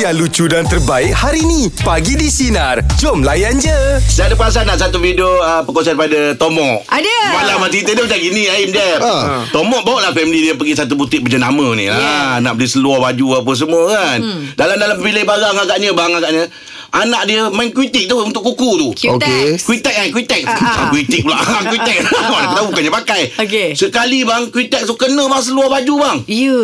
yang lucu dan terbaik hari ni. Pagi di Sinar. Jom layan je. Saya ada perasan nak satu video uh, perkongsian pada Tomok. Ada. Malam cerita dia macam gini Aim dia. Ha. Tomok bawa lah family dia pergi satu butik berjenama ni. Yeah. Ha, nak beli seluar baju apa semua kan. Hmm. Dalam-dalam pilih barang agaknya, barang agaknya. Anak dia main kuitik tu untuk kuku tu. Q-Tex. Kuitek kan Kuitek Ah, ah. ah, Kuitek pula Ah, Kuitek Aku tahu bukannya pakai Okey. Sekali bang Kuitek tu kena bang Seluar baju bang Ya.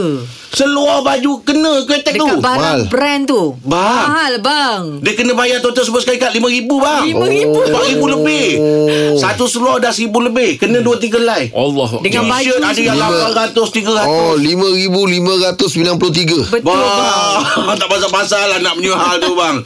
Seluar baju kena Kuitek tu Dekat barang Mahal. brand tu. Bang. Mahal bang. Dia kena bayar total semua sekali kat RM5,000 bang RM5,000. RM4,000 lebih Oh. Satu seluar dah RM1,000 lebih Kena 2-3 lai Allah Dengan Oh. baju T-shirt ada yang Lima. 800 300 Oh 5593 Betul bang. Wah, tak pasal-pasal lah nak menyuhal tu bang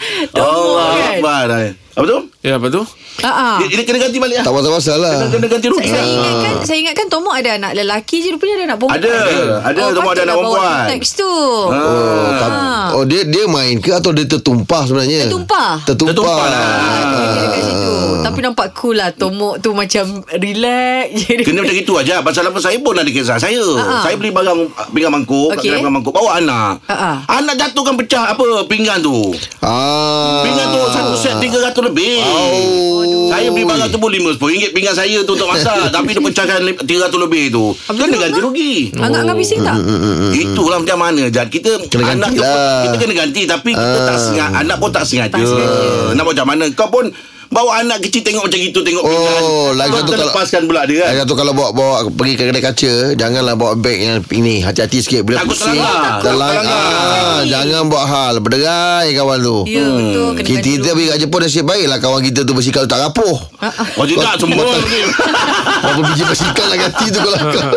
Allah kan? Akbar eh. Apa tu? Ya apa tu Ha ah. Dia, dia kena ganti balik lah Tak pasal-pasal Kena, lah kena ganti rugi Saya lah. ingatkan Saya ingatkan Tomok ada anak lelaki je Rupanya ada anak perempuan Oh, Ada. Ada, Tomok ada anak patutlah bawa perempuan. Q-Tex tu Ah. Oh, tak, Ah. oh dia dia main ke atau dia tertumpah sebenarnya? Tertumpah. Tertumpah. Tertumpah lah. Dia dekat situ. Tapi nampak cool lah Tomok tu macam Relax Jadi Kena macam itu aja. Pasal apa saya pun ada kisah saya. Ha-ha. Saya beli barang pinggan mangkuk, Ah, Okey. Ah, okay. pinggan mangkuk bawa anak. Ha-ha. Anak jatuh kan pecah apa pinggan tu. Ah. Pinggan tu satu set 300 lebih. Oh. Saya beli barang tu pun RM50 pinggan saya tu untuk masak tapi dia pecahkan lip- 300 lebih tu. Habis kena tu ganti apa? rugi. Anggap-anggap bising tak? Hmm. Itulah macam mana Jad Kita Kena ganti anak tu pun- lah. Kita kena ganti Tapi kita tak sengaja Anak pun tak sengaja, Tak sengaja. Nak buat macam mana Kau pun Bawa anak kecil tengok macam itu Tengok Oh, pinggan lagi Kau satu kena kalau- lepaskan pula dia kan Ayah tu kalau bawa bawa pergi ke kedai kaca, janganlah bawa beg yang ini. Hati-hati sikit bila Takut pusing. terlanggar. Terlang- Takut terlanggar. Ah, jangan buat hal berderai kawan tu. Ya betul Kena Kita, ganti kita dulu. pergi kat Jepun nasib baiklah kawan kita tu bersikal tak rapuh. Oh tidak semua Kau- Berapa biji bersikal lah ganti tu kalau kau.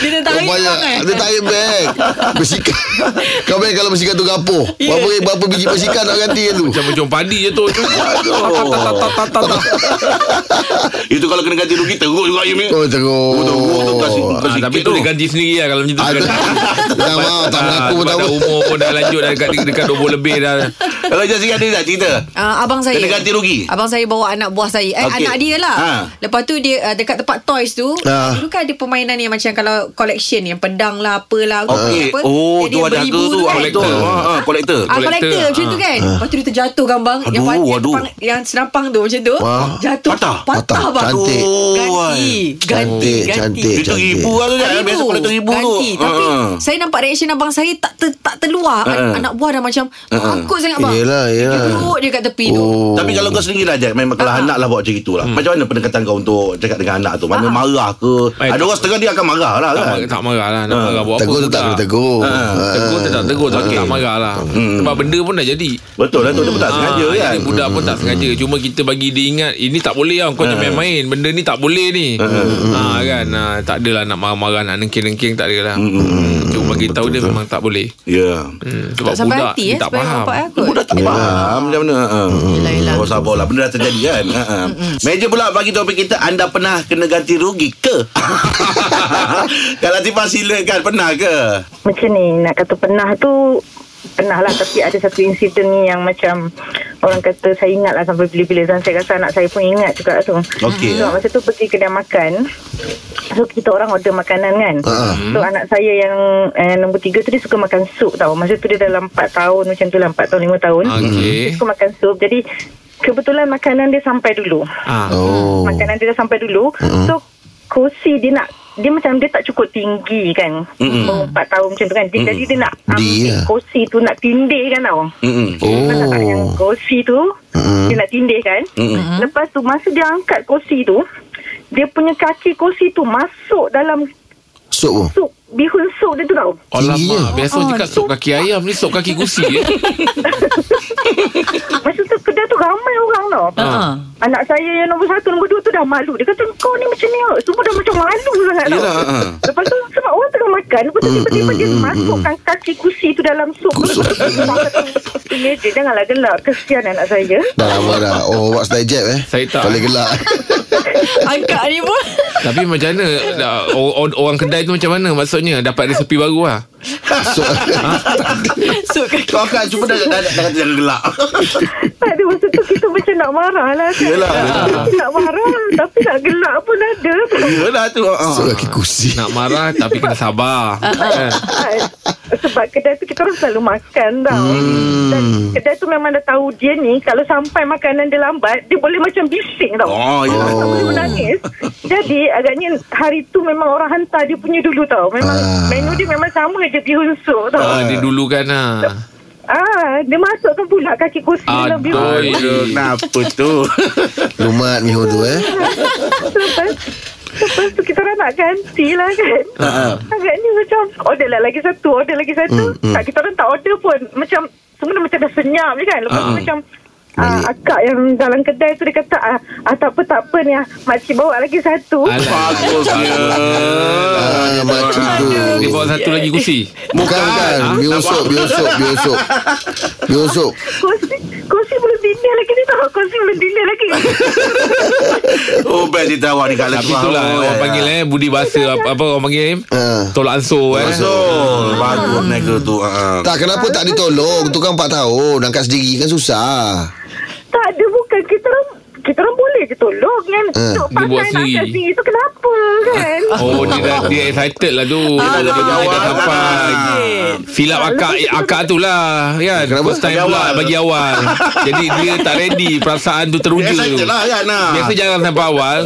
Dia dah tarik Banyak bang, eh? Dia tarik beg Bersikal Kau bayang kalau bersikal tu rapuh Ya. Berapa, berapa biji bersikal nak ganti yang tu Macam macam padi je tu Itu kalau kena ganti rugi Teruk juga you mate Oh teruk Oh, teruk tu kasih Ah, tapi tu dia ganti sendiri lah Kalau macam tu Ah, dia tu- ganti. Tak mahu Tak Ah, mengaku pun sebab tak dah apa Umur pun dah lanjut dah Dekat, dekat 20 lebih dah Kalau Jad sikit ada tak cerita Ah, abang saya Kena ganti rugi. Abang saya bawa anak buah saya Eh Okey. anak dia lah Ha. Lepas tu dia uh, Dekat tempat toys tu Ah. Dulu kan ada permainan yang Macam kalau collection Yang pedang lah Apalah Okey apa. Oh Jadi tu ada harga beribu tu kan. Kolektor Collector. Ah, ah, Kolektor Ah, Collector. kolektor macam Ha. tu kan Lepas tu dia terjatuh kan bang Yang, Aduh, yang, aduh. pang- yang senampang tu macam tu Wah. Jatuh Patah? Patah Patah. bang Cantik. Oh, Ganti Oi. Ganti Cantik, Ganti cantik. Itu ribu lah tu Jad. Ribu. Biasa kolektor ribu tu Ganti Tapi Ah, ah. saya nampak reaction abang saya Tak ter, tak terluar An- Ah, ah. Anak buah dah macam Takut sangat bang Yelah Dia yelah duduk je kat tepi tu Oh Tapi kalau kau sendiri lah Jack Memang kalau Ha-ha. anak lah buat macam itulah hmm. Macam mana pendekatan kau Untuk cakap dengan anak tu Ah. Mana marah ke Eh, Ada tak- orang setengah dia akan marah lah Tak, kan ma- tak marah lah Nak Ah. marah buat apa Tegur tu tak pun boleh tegur Ah. Tegur tu tak tegur Tapi Okey. tak marah lah Sebab benda pun dah jadi Betul lah tu Dia pun tak sengaja Ah, kan jadi Budak pun tak sengaja Cuma kita bagi dia ingat Ini tak boleh lah Kau jangan main-main Benda ni tak boleh ni ha, kan ha, Tak adalah nak marah-marah Nak nengking-nengking Tak adalah hmm. Cuma bagi tahu dia memang tak boleh Ya hmm. Sebab Tak sampai budak hati dia eh tak sebagai faham bapak eh, kot. Budak tak faham Macam mana ha. Yelah, yelah. Kau sabar lah Benda dah terjadi kan Ha, ha. Meja pula bagi topik kita Anda pernah kena ganti rugi ke? Kalau Latifah silakan Pernah ke? macam ni nak kata pernah tu pernah lah tapi ada satu insiden ni yang macam orang kata saya ingat lah sampai bila-bila dan saya rasa anak saya pun ingat juga tu Okey. so, masa tu pergi kedai makan so kita orang order makanan kan Ah, ah. so anak saya yang eh, nombor tiga tu dia suka makan sup tau masa tu dia dalam 4 tahun macam tu lah 4 tahun 5 tahun Okey. dia suka makan sup jadi kebetulan makanan dia sampai dulu Ah. Oh Hmm, makanan dia dah sampai dulu mm-hmm. so kursi dia nak dia macam dia tak cukup tinggi kan mm-hmm. umur 4 tahun macam tu kan dia, jadi dia nak ambil Dia. kursi tu nak tindih kan tau Mm-mm. Nampak tak yang ya. Oh kursi tu mm-hmm. dia nak tindih kan mm-hmm. lepas tu masa dia angkat kursi tu dia punya kaki kursi tu masuk dalam Sup pun sup bihun sup dia tu tau Tingginya. Alamak Oh, Oh, Biasa orang cakap Ah, sop kaki ayam Ni sop kaki kursi eh. masa tu kedai tu ramai orang tau Ah. Anak saya yang nombor satu Nombor dua tu dah malu Dia kata kau ni macam ni tau. Semua dah macam malu sangat tau Yelah, Hmm, ha. Lepas tu sebab orang tengah makan Lepas tu tiba-tiba dia hmm, masukkan kaki kursi tu dalam sup Kusuk. Di meja Janganlah gelak Kesian anak saya Dah lama dah Oh buat style jab eh Saya tak. Boleh gelak Angkat ni pun Tapi macam mana dah, or- or- Orang kedai tu macam mana Maksudnya Dapat resepi baru lah Sup So kaki Kau akan cuba dah, dah, dah, dah, dah gelak Tak ada masa tu kita macam Macam nak marah lah kan? Yelah. Nak marah Tapi nak gelak pun ada Yelah tu ah. Seorang kaki kursi Nak marah tapi kena sabar. Eh, Ah, Sebab kedai tu kita orang selalu makan tau Dan kedai tu memang dah tahu dia ni Kalau sampai makanan dia lambat Dia boleh macam bising tau Oh, ya. Tak boleh menangis Jadi agaknya hari tu memang orang hantar dia punya dulu tau Memang Ah. menu dia memang sama je bihun sup tau ah, dia dulu kan ah. Ah, dia masukkan pula kaki kursi dalam bihun Aduh. sup. Aduh, kenapa tu? Lumat mihun tu eh Lepas Lepas tu kita orang nak ganti lah kan uh-huh. Agaknya macam Order lah lagi satu Order lagi satu mm, Tak, Kita orang tak order pun Macam Semua dah macam dah senyap je kan Lepas uh-huh. tu macam ah, Akak yang dalam kedai tu Dia kata ah, ah, Tak apa tak apa ni ah, Makcik bawa lagi satu Alah. Bagusnya. Ha, Ah, macam tu Dia bawa satu lagi kursi. Bukan bukan Ha? Biosop Biosop Biosop Biosop Kursi Kursi belum dinner lagi ni tau Kursi belum dinner lagi Oh, best cerita awak ni kat Oh, ya. Tapi Lekua. itulah orang panggil eh budi bahasa apa, apa orang panggil eh? Ah. Tolak ansur eh. So, bagus mereka tu. ah. Tak kenapa tak ditolong Tukang 4 tahun Angkat sendiri kan susah Tak ada bukan Kita orang kita orang boleh je tolong Yang Ah, uh, dia buat pakai nak sendiri. angkat sendiri tu kenapa kan Oh dia dah dia excited lah tu. Ah. Dia dah awal. sampai. Filap akak eh, akak tu lah kan. Kenapa? First time Bagi pula awal. bagi awal. Jadi dia tak ready perasaan tu teruja Biasa tu. je lah kan ah. Biasa jangan sampai awal.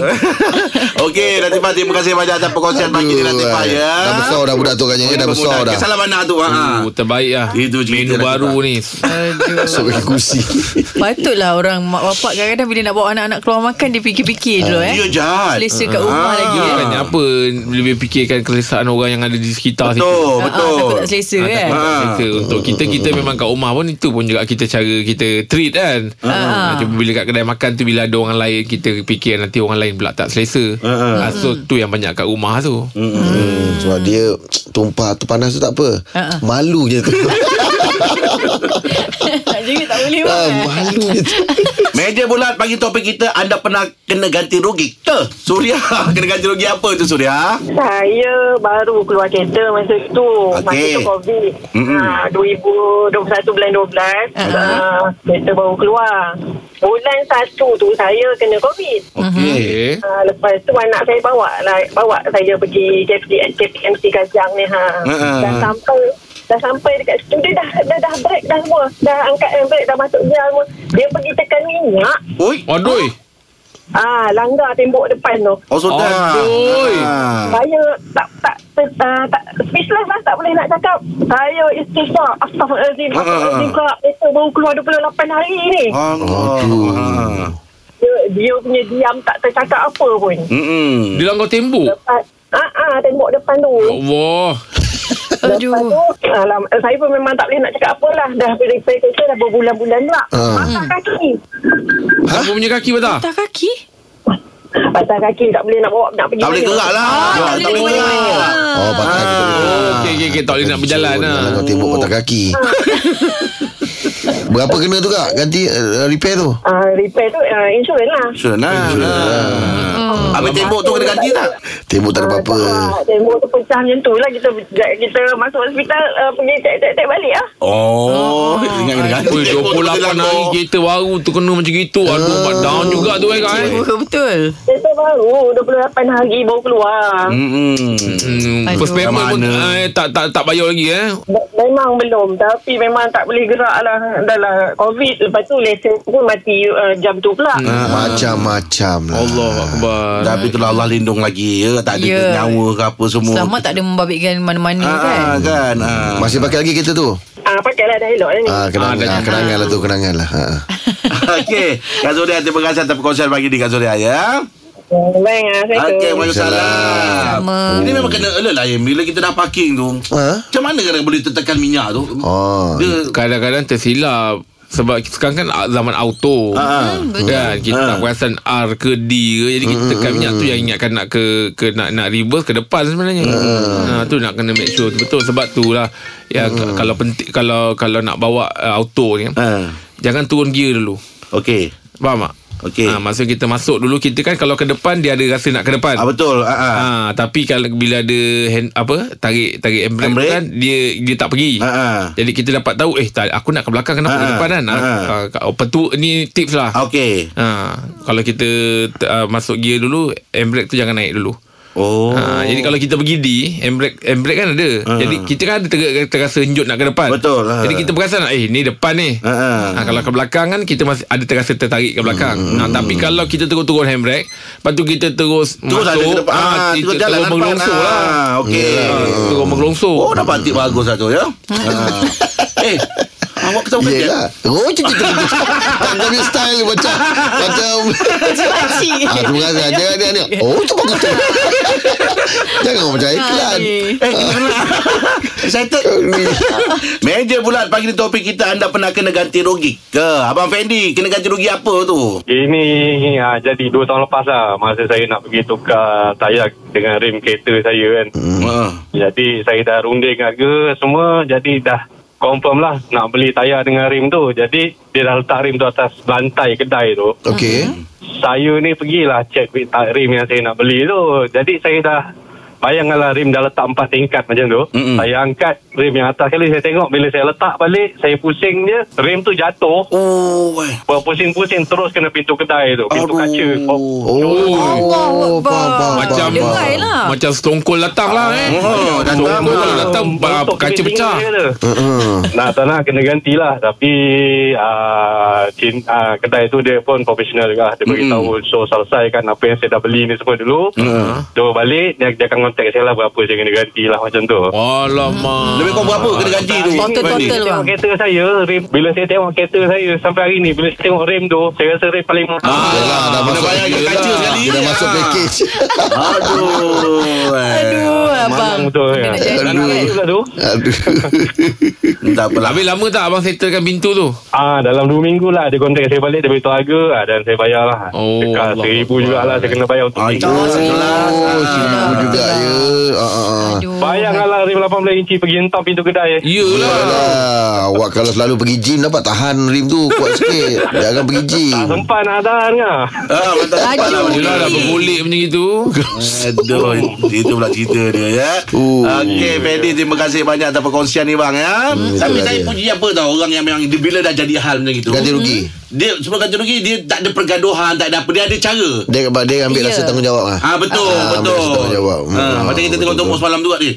Okey, Latifah terima kasih banyak atas perkongsian pagi ni Latifah Aduh, ya. Dah besar dah budak tu kan ya, Dah besar dah Salam anak tu ha. Oh, terbaik lah. Itu Menu cerita Latifah. baru ni. Aduh. Masuk kaki kursi Patutlah orang mak bapak kadang-kadang bila nak bawa anak-anak keluar makan dia fikir-fikir dulu eh. Ya jahat. Selesa kat rumah Ah. lagi eh. Kan apa lebih fikirkan keresahan orang yang ada di sekitar Betul, situ. Ah, ah, betul. takut tak selesa Ah, kan. takut tak Ah. selesa. Untuk kita Kita memang kat rumah pun Itu pun juga kita cara Kita treat kan Ah. Ah, Cuma bila kat kedai makan tu Bila ada orang lain Kita fikir nanti orang lain pula Tak selesa Ah. Ah, So tu yang banyak kat rumah tu Hmm, Sebab dia Tumpah tu panas tu tak apa Ha-ha. Malu je tu Jadi tak boleh eh. Ah, makan. Malu je tu Meja bulat pagi topik kita anda pernah kena ganti rugi ke? Surya kena ganti rugi apa tu Surya? Saya baru keluar kereta masa tu Okey. Masa tu COVID Mm-mm. ha, 2021 bulan 12 uh, Kereta baru keluar Bulan 1 tu saya kena COVID Okey ha, Lepas tu anak saya bawa lah, Bawa saya pergi KPM, KPMC Kajang ni ha. Mm-mm. Dah sampai Dah sampai dekat situ Dia dah, dah, dah break dah semua Dah angkat handbrake Dah masuk gear semua Dia pergi tekan minyak Mhm. Oi. Aduh Ah, langgar tembok depan tu Oh sudah. Aduh. Ah. Saya tak tak tak, uh, tak speechless lah tak boleh nak cakap. Saya istisqa astaghfirullahalazim. Ah, ah, ah. Astaghfirullahalazim Kak. Itu baru keluar 28 hari ni. Aduh. Ah. Dia, dia punya diam tak tercakap apa pun. Mm-mm. Dia langgar tembok Lepas Ah, ah, tembok depan tu. Allah Lepas Aduh. tu, alam, saya pun memang tak boleh nak cakap apa lah. Dah repair kereta dah berbulan-bulan pula. Ah. Patah kaki. Apa punya kaki patah Patah kaki? Patah kaki tak boleh nak bawa, nak pergi. Tak boleh mana. gerak lah. Ah, tak Tak boleh boleh gerak. gerak. Oh patah kaki tu. Ah, Okey okey okey Tak boleh nak berjalan Kejut, lah Kalau kau tembok patah kaki Berapa kena tu kak Ganti uh, repair tu Ah, repair tu uh, insurans lah. Sure nah. Hmm. Ah. Habis tembok tu kena ganti tak? Tembok tak ada apa-apa Ah, Tembok tu pecah macam tu lah Kita, kita masuk hospital uh, Pergi cek-cek balik lah Hmm. Oh, ingat kena ganti. Oi, tembok tu Ah. 28 hari dilanggar. kereta baru tu kena macam gitu Aduh, mat down juga tu eh kan eh? Betul, Betul. Kereta baru 28 hari baru keluar Mm-mm. Hmm, Aduh. first payment pun Mana? eh, tak tak tak bayar lagi eh. Be- Memang belum Tapi memang tak boleh gerak lah Dalam covid Lepas tu lesen pun mati uh, Jam tu pula hmm. Macam-macam lah Allah akbar. Tapi itulah Allah lindung lagi ya. Tak ada Ya. nyawa ke apa semua. Selama tak ada membabitkan mana-mana Ah, kan. ah, kan. Ah. Masih pakai lagi kereta tu ah, Pakailah dah elok lah ni Ah, kenangan, Ah, dah- ah, kenangan lah tu Kenangan lah ha. Okey, Kak Zoria terima kasih atas perkongsian pagi ni Kak Zoria ya. hmm. Baik lah saya Okey, tu Waalaikumsalam. Sama. Ini memang kena alert lah ya. Bila kita dah parking tu. Ha? Macam mana kadang boleh tertekan minyak tu? Oh. Dia Kadang-kadang tersilap sebab sekarang kan zaman auto. Ah, ah. Kan kita Ah. tak perasan R ke D ke jadi kita tekan minyak tu yang ingatkan nak ke, ke nak nak reverse ke depan sebenarnya. Ha tu nak kena make sure tu betul sebab tu lah ya k- kalau penting kalau kalau nak bawa uh, auto ni Ah. jangan turun gear dulu. Okey. Faham tak? Okey. Ah, masa kita masuk dulu kita kan kalau ke depan dia ada rasa nak ke depan. Ah betul. Ha ah. Ah, tapi kalau bila ada hand, apa tarik tarik embrace Handbrake. kan dia dia tak pergi. Ha, ha. Jadi kita dapat tahu eh tak, aku nak ke belakang kenapa Ha, ke ha. depan kan. Ha, Ah, ha. ah, apa tu ni tips lah. Okey. Ha, kalau kita uh, masuk gear dulu, handbrake tu jangan naik dulu. Oh. Ha, Ah. jadi kalau kita bergidi, handbrake handbrake kan ada. Ha. Jadi kita kan ada ter, terasa henjut nak ke depan. Betul, ha. Jadi kita perasan eh ni depan ni. Ha, ha. Ha, kalau ke belakang kan kita masih ada terasa tertarik ke belakang. Hmm. Ha, tapi kalau kita terus turun handbrake, lepas tu kita terus Terus ada ke masuk, depan. Ah, kita terus jalan depan. mengelongsor Ah, lah. okey. Ha, terus mengelongsor. Oh dapat tip bagus lah tu ya. Ah. Eh, awak ketawa kejap. Yelah Oh cik cik cik Tak kami style Macam Macam Pakcik. Ah, terima kasih Dia dia dia Oh tu bagus tu Jangan macam iklan Eh, excited. Meja bulat pagi ni topik kita anda pernah kena ganti rugi ke? Abang Fendi kena ganti rugi apa tu? Ini ha, jadi dua tahun lepas lah Masa saya nak pergi tukar tayar dengan rim kereta saya kan Hmm. Ah. Jadi saya dah runding harga semua Jadi dah confirm lah nak beli tayar dengan rim tu Jadi dia dah letak rim tu atas lantai kedai tu Okey Mhm. Saya ni pergilah check with ta- rim yang saya nak beli tu Jadi saya dah Bayangkanlah rim dah letak empat tingkat macam tu Mm-mm. Saya angkat rim yang atas kali Saya tengok bila saya letak balik Saya pusing je Rim tu jatuh Oh, weh. Berpusing-pusing terus kena pintu kedai tu Pintu Aduh. kaca Oh. Oh Allah Akbar. Macam Dengar lah. Macam Stone Cold datang lah eh. Oh, datang Stone Cold lah. datang ah, Untuk kaca kena pecah. tinggal dia tu. Mm-mm. Nak tak nak kena gantilah Tapi uh, cin, uh, Kedai tu dia pun profesional juga Dia beritahu So selesaikan apa yang saya dah beli ni semua dulu Mm. So balik dia, dia akan contact saya lah Berapa saya kena gantilah macam tu Alamak. Lebih kurang berapa kena ganti tu? Total-total. Saya tengok bang. kereta saya rim, Bila saya tengok kereta saya Sampai hari ni Bila saya tengok rem tu Saya rasa rem paling mahal Yelah, dah Kena masuk bayar kat yelah. kaca sekali. Dia dah masuk package Aduh. eh. weh. Aduh, abang. betul, ya. Kena jadi Dan kan. apa pula tu Aduh Tak apalah. Habis lama tak abang settlekan pintu tu? Ah dalam 2 minggu lah dia kontak saya balik dia beritahu harga ah, dan saya bayar lah. Oh, Dekat Allah RM1,000 Allah. jugalah saya kena bayar untuk Ah, pintu. itu. Ah. Oh Seribu juga ya Ah, ah, ah. Aduh. Bayangkanlah rim 18 inci pergi hentam pintu kedai. Yelah. Alah, awak kalau selalu pergi gym dapat tahan rim tu kuat sikit. Jangan pergi gym. Tak Ah, sempat nak ada kan. Ah, mantap. Aduh. Yelah dah bergolek macam itu. Aduh, itu pula cerita dia ya. Oh. Okey, Fendi terima kasih banyak atas perkongsian ni bang ya. Tapi itulah saya dia. puji apa tau orang yang memang dia- bila dah jadi hal macam itu. Ganti rugi. Dia sebab ganti rugi dia tak ada pergaduhan, tak ada apa, dia ada cara. Dia dia ambil Ya. rasa tanggungjawab ah. Ah betul Ah, ambil betul. rasa tanggungjawab. Ha, Hmm. macam kita Betul, tengok betul. Hmm, tomok semalam tu kat dia.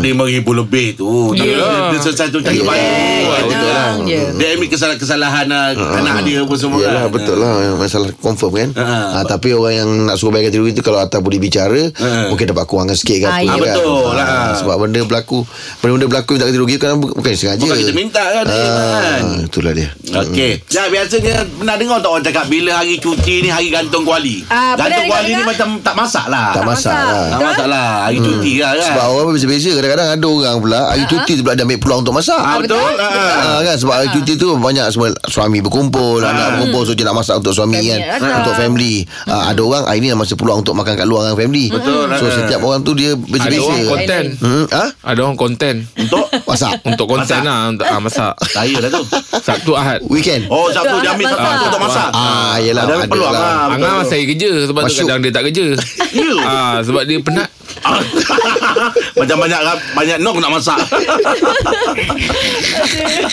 Lima ribu lebih tu. Tapi Yelah. Dia selesai tu cari Yelah. baik. Betul lah. Ya. Dia ambil kesalahan-kesalahan ah, anak dia apa semua. Yalah kan. betul lah Masalah confirm kan Ah. ah, Tapi orang yang Nak suruh bayar ganti rugi tu Kalau atas boleh bicara Ah. Mungkin dapat kurangkan sikit ke Ah, apa ya. kan Betul Ah, lah. Sebab benda berlaku Benda-benda berlaku Minta ganti rugi kan bu- Bukan sengaja Bukan kita minta kan, Ah. dia kan. Itulah dia Okey. Nah, Ya, biasanya pernah dengar tak orang cakap bila hari cuti ni hari gantung kuali. Ah, pernah gantung kuali ni dengar? macam tak masak lah. Tak masak lah Tak masak lah. Hari cuti lah kan. Sebab orang beza-beza Kadang-kadang ada orang pula Hari Ha. cuti tu pula Dia ambil peluang untuk masak ah, betul. betul. Ah, ah. Ah, kan sebab Ha. hari cuti tu banyak semua suami berkumpul, anak berkumpul so dia nak masak untuk suami Family lah, Hmm. kan, datang. untuk family. Ah, ada orang ah, ini masa peluang untuk makan kat luar dengan family. Betul, So ah. setiap orang tu dia Ada orang beza-beza. konten. Hmm, ah? Ada orang konten. Untuk Masak Untuk konten Masak. lah. untuk- Ah, masak. saya lah tu. Sabtu Ahad. weekend. Oh, Sabtu dia ambil Masak. Sabtu untuk masak. Ah, yelah Ada peluang lah. Ah, betul. Angah saya kerja Sebab tu Masuk. kadang dia tak kerja Ya. ah, Sebab dia penat Ah. Macam banyak banyak nok nak masak.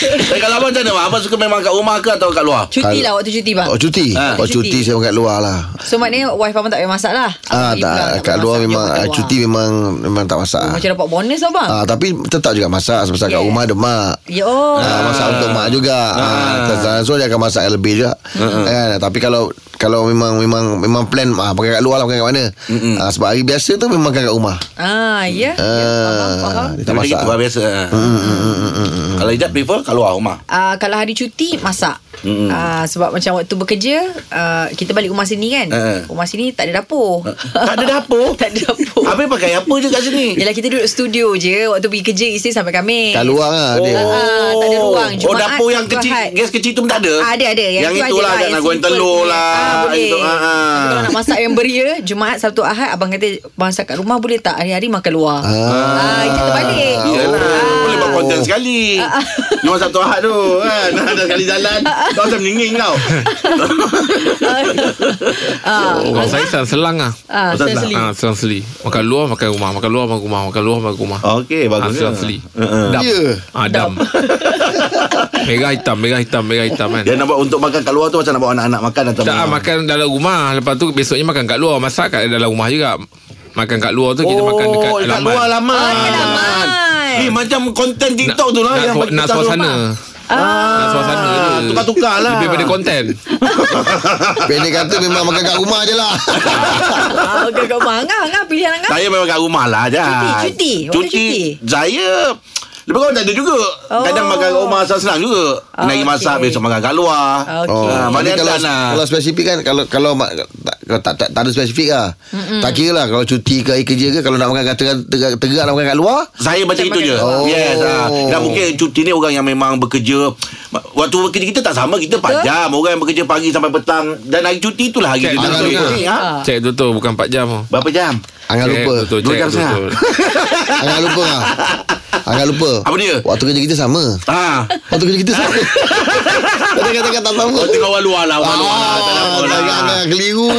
Tapi kalau abang macam mana? Abang suka memang kat rumah ke atau kat luar? Cuti lah waktu cuti bang. Oh cuti. Ah. Oh cuti Cuti. saya makan luar lah. So maknanya wife abang tak payah masak lah. Ah, Abang pergi pulang, tak, payah kat luar masak, memang dia ah, keluar. cuti memang memang tak masak. Macam dapat bonus abang. Ah, tapi tetap juga masak sebab kat Yeah. rumah ada mak. Ya. Oh. Ah, masak untuk mak juga. Ah, so dia akan masak yang lebih juga. Kan? Tapi kalau kalau memang memang memang plan ah pakai kat luar lah bukan kat mana. Ah, sebab hari biasa tu memang kan kat rumah. Ah, ya. Ah, Ya, faham, faham. dia tak Tapi masak. Hmm, gitu lah biasa. Kalau hijab prefer kat luar rumah. Uh, kalau hari cuti masak mm. uh, sebab macam waktu bekerja uh, kita balik rumah sini kan Eh. rumah sini tak ada dapur Ha, Tak ada dapur? tak ada dapur Habis pakai apa je kat sini? Yelah kita duduk studio je Waktu pergi kerja Isteri sampai kami Kat luar lah dia. Ah, tak ada ruang abang. Oh Jumaat dapur yang ke kecil Ahad. Gas kecil tu pun tak ada Ah, ada, ada. Yang, Yang tu itu ada lah lah, Kat yang nak goreng simple telur punya. lah Ah, boleh. itu, ah, ah. Kalau nak masak yang beria Jumaat Sabtu Ahad Abang kata Masak kat rumah boleh tak Hari-hari makan luar ah. Kita terbalik Yalah Ah. Boleh buat konten Oh. sekali Nombor Sabtu Ahad tu kan Dah sekali jalan Kau macam nyenging kau ah. Oh, saya selang selang lah. Ah, Ustaz saya tak? seli. Ah, selang seli. Makan luar, makan rumah. Makan luar, makan rumah. Makan luar, makan rumah. Okey Ah, bagus Aslam Seli Uh-uh. Dam Ya. ah, Dam Merah hitam Merah hitam Merah hitam kan Dia nak buat untuk makan kat luar tu Macam nak buat anak-anak makan atau Tak ah, memang- makan dalam rumah Lepas tu besoknya makan kat luar Masak kat dalam rumah juga Makan kat luar tu Kita makan dekat Oh, dekat luar laman. Oh, dekat laman. Ni macam konten Nak, TikTok tu lah nak, yang su- bagi nak kita suasana rumah. ah, Nak suasana je. tukar-tukar lah. Lebih pada konten Pendek kata memang makan kat rumah je lah Ah, Makan kat rumah Angah Angah pilihan Angah Saya memang kat rumah lah je. cuti. Waktu Cuti. cuti. Saya Lepas kau tak ada juga oh. Kadang makan kat rumah Senang-senang juga Oh, oh, Nari masak okey. Besok makan kat luar Okey. Oh, Ah, tapi mana kalau ada lah. kalau spesifik kan kalau kalau ma- tak kalau tak, tak, tak ada spesifik lah. Mm-mm. Tak kira lah kalau cuti ke hari kerja ke kalau nak makan kat tegak, tegak, tegak nak makan kat luar. Saya macam itu je Oh. Yes ah. Dan mungkin cuti ni Orang yang memang bekerja Waktu bekerja kita tak sama Kita 4 jam Orang yang bekerja pagi sampai petang Dan hari cuti itulah hari Cek kita tu nak tu cuti ha? Ah. Cek tu tu Bukan 4 jam oh. Berapa jam? Angan Eh, Cek lupa. tu tu, Dua Cek jam tu tu setengah. Angan lupa lah. Angan lupa. Apa dia? Waktu kerja kita sama. Ha. Waktu kerja kita sama. Kita kata tak sama. Kau tengok orang luar lah Orang luar lah Tak Ah, ada apa lah jangan keliru.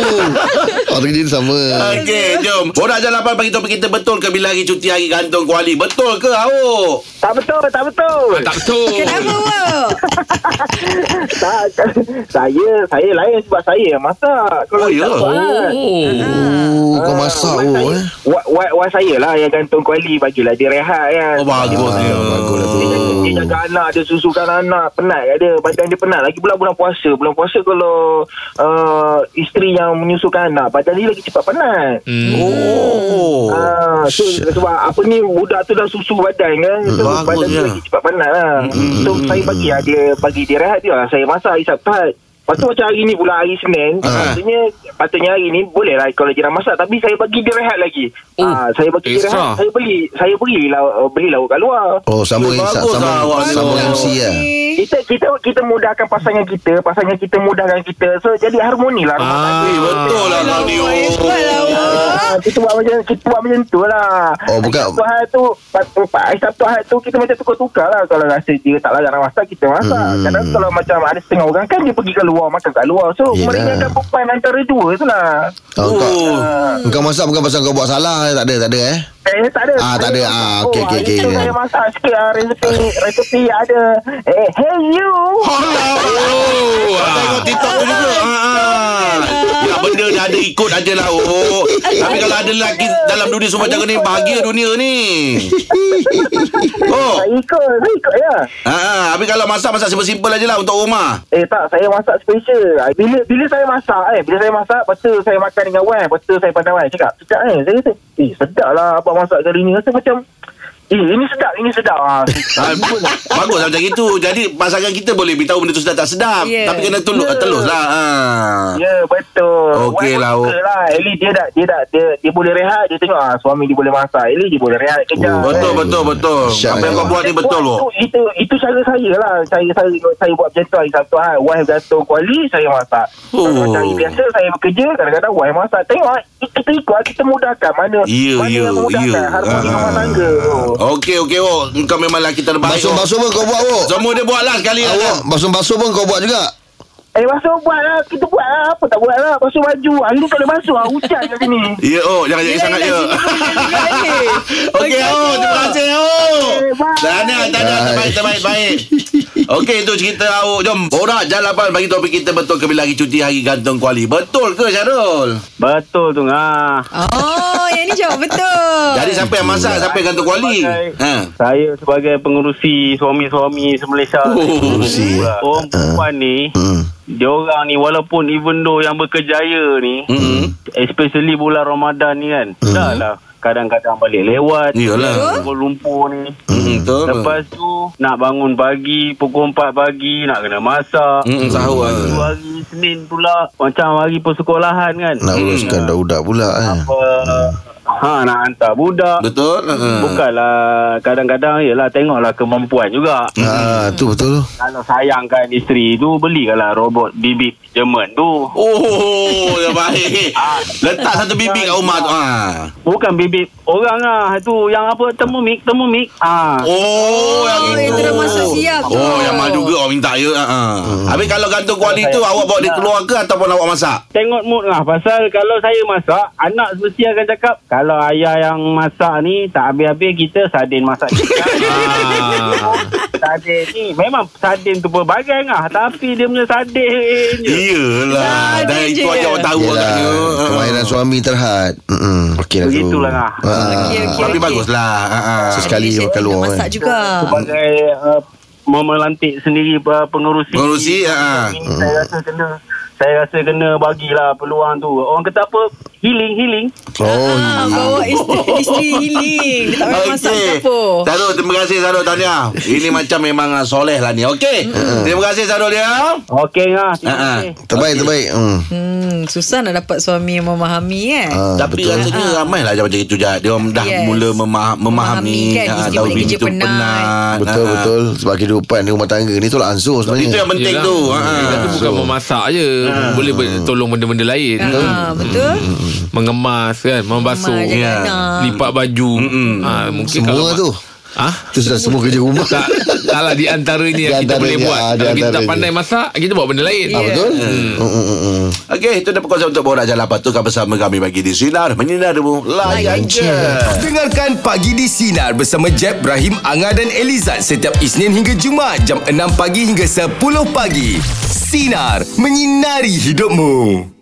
Waktu kerja kita sama. Okey, jom. Borak Jalan 8 bagi topik kita betul ke bila hari cuti hari gantung kuali? Betul ke, Awok? Tak betul, tak betul. Tak betul Kenapa wak Tak, saya saya lain sebab saya yang masak. Oh, ya? tak buat, kan? Oh Oh, kau masak oh. saya, Eh. Wak, wak, wak saya lah yang gantung kuali Bagilah dia rehat kan Oh, bagusnya. Ah, baguslah tu. Dia jaga, dia jaga anak Dia susukan anak Penat kat dia Badan dia penat Lagi pula bulan puasa Bulan puasa kalau uh, Isteri yang menyusukan anak Badan dia lagi cepat penat Hmm. Oh. Ah, so, sebab apa ni budak tu dah susu badan kan so, Bagus badan tu dia. lagi cepat penat lah so saya bagi lah dia bagi dia rehat dia lah saya masak hari Sabtu Ahad. Lepas tu macam hari ni pula hari Senin Patutnya Patutnya hari ni Boleh lah kalau dia nak masak Tapi saya bagi dia rehat lagi Oh, Ah, Saya bagi dia extra. rehat Saya beli Saya beli lah Beli lauk kat luar Oh, sambung Bagus sambung lah, awak ni. Oh. sambung MC lah. kita kita kita mudahkan pasangan kita pasangan kita mudahkan kita so jadi harmoni lah rumah Ah, tangga. Eh, betul lah, kau ni. Oh. Ah, kita buat macam kita buat macam tu lah. Oh, bukan. Hari Sabtu hari tu pat- pat- hari Sabtu hari tu kita macam tukar-tukar lah kalau rasa dia tak larat nak masak kita masak. Hmm. Kadang kalau macam ada setengah orang kan dia pergi keluar makan kat luar. So Yelah. meringankan beban antara dua tu lah. Oh, kau, Oh. kau masak bukan pasal kau buat salah tak ada tak ada eh. Eh, tak ada. Ah, tak ada. Ah, okey, okey, hari tu okey. Saya masak sikit ah, resepi, resepi ada. Eh, hey you. Oh Ah. Tengok TikTok tu juga. Ha, ha. Ya, benda dah ada ikut aja lah. Oh. Tapi kalau ada lelaki dalam dunia semua macam ni, bahagia dunia ni. Oh. Saya ikut, saya ikut ya. Ha, ha. Habis kalau masak-masak simple-simple aja lah untuk rumah. Eh tak, saya masak special. Bila bila saya masak eh, bila saya masak, lepas tu saya makan dengan Wan, lepas tu saya pandang Wan cakap, sedap eh. Saya rasa, eh sedap lah abang masak kali ni. Rasa macam, eh ini sedap, ini sedap. Ah, Ha, bagus lah macam itu. Jadi pasangan kita boleh beritahu benda tu sedap tak sedap. Ya. Tapi kena telus, telus lah. Ha. ya betul. Okey Wan lah, suka Uk. lah. At least dia dah, dia dah, dia, dia boleh rehat. Dia tengok, ah, suami dia boleh masak. At least dia boleh rehat kejap. Eh. Betul, betul, betul. Syak Apa yang kau lah. buat ni betul, Wok. Itu, itu, itu cara saya lah. Saya, saya, saya buat macam tu hari Sabtu. Ha. Wife gantung kuali, saya masak. Oh. Kalau Hari biasa, saya bekerja. Kadang-kadang wife masak. Tengok, ah, kita ikut. ah, Kita mudahkan. Mana, Ya, mana ya, yang memudahkan. ya. Harmoni Ah. rumah tangga. Oh. Okey, okey, Wok. Kau memang lelaki terbaik, Wok. Basuh-basuh pun kau buat oh. Semua dia buat lah sekali lah. Awak Wok. basuh-basuh pun kau buat juga. Eh, basuh buat lah. Kita buat lah. Apa tak buat lah. Basuh baju. Hari ni tak boleh basuh. Ah. Hujan kat sini. Ya, oh. Jangan jadi sangat, ya. Okey, oh. Terima kasih, oh. Tahniah, tahniah. Terbaik, terbaik, baik. Okey, itu cerita Awok. Jom. Borak Jalapan bagi topik kita betul ke bila hari cuti hari gantung kuali. Betul ke, Syarul? Betul tu ngah. Oh yang ni jawab betul Jadi siapa yang masak, siapa yang gantung kuali? Sebagai- Ha. Saya sebagai pengurusi suami-suami se-Malaysia. Oh, pengurusi. Orang perempuan ni, Hmm. dia orang ni walaupun even though yang berkejaya ni, Hmm. Mm-hmm. especially bulan Ramadan ni kan, dah lah kadang-kadang balik lewat. Yalah. Pukul lumpur ni. Hmm, betul. Lepas tu, nak bangun pagi, pukul 4 pagi, nak kena masak. Hmm, sahur lah. Tu hari Hmm. Senin pula, macam hari persekolahan kan. Nak uruskan dah budak pula eh. apa ha nak hantar budak Betul? Ha. Bukanlah kadang-kadang yalah tengoklah kemampuan juga. Ah, tu betul tu. Kalau sayangkan isteri tu belikanlah robot bibit Jerman tu. Oh, dah baik. Letak satu bibik kat rumah tu. Ha. Bukan bibit orang ah tu yang apa Thermomix Thermomix. Ah. Oh, yang Oh, itu itu. dah masuk siap tu. Oh, yang mahal juga orang minta ya. Ha. Habis kalau gantung kuali tu, awak bawa dia keluar ke ataupun awak masak? Tengok mood lah Pasal kalau saya masak Anak semesti akan cakap Kalau ayah yang masak ni Tak habis-habis Kita sardin masak Ah. Sardin ni Memang sardin tu berbagai lah Tapi dia punya sardin Ya. je Iyalah. Dah, Dah dia itu je. aja awak tahu Yelah, agaknya. Ha. kemahiran suami terhad. Mm-mm. Okey lah tu. Begitulah, Ngah. Ah. Ya, Okey, okey. Tapi baguslah. Ha. ha. Sesekali Jadi, makan luar. nak Masak kan. juga. Oh, Sebagai uh, Memelantik sendiri uh, Pengurusi Pengurusi, ha. Ini Saya rasa kena Saya rasa kena bagilah peluang tu Orang kata apa Healing Healing Oh, Ah, bawa isteri, isteri healing. Dia tak payah masak Okey. dapur. Sarul, terima kasih Sarul Tahniah Ini macam memang ah, soleh lah ni Okey Terima kasih Sarul ya. dia Okey lah Ha, ha. terbaik terbaik. Hmm. Hmm, susah nak dapat suami yang memahami kan. Ah, Tapi betul. rasanya ramai lah macam itu je Dia orang dah Yes. mula mema- memahami Memahami kan, ah, isteri tahu balik bini kerja tu penat. Ah, Betul ah. betul sebab kehidupan di rumah tangga ni itulah ansur sebenarnya. Itu yang penting Yelah. tu Kita tu ha. bukan memasak je Boleh ber- tolong benda-benda lain Ah, betul? hmm. Mengemas kan Membasuh Ya. Mak, jaga anak. Lipat baju Mm-mm. ha, Mungkin Semua kalau tu. Ah, Itu sudah semua kerja rumah. tak, tak lah di antaranya yang kita boleh antaranya, buat ah, Kalau kita di tak antaranya. pandai masak Kita buat benda lain Ah, betul? Hmm, hmm, hmm, hmm. Okey, itu dah perkongsian untuk Borak Jalan Patukan Bersama kami bagi di Sinar Menyinari Demo Layan je Dengarkan Pagi di Sinar bersama Jeb, Ibrahim, Anga dan Elizad setiap Isnin hingga Jumaat jam 6 pagi hingga 10 pagi. Sinar, menyinari hidupmu.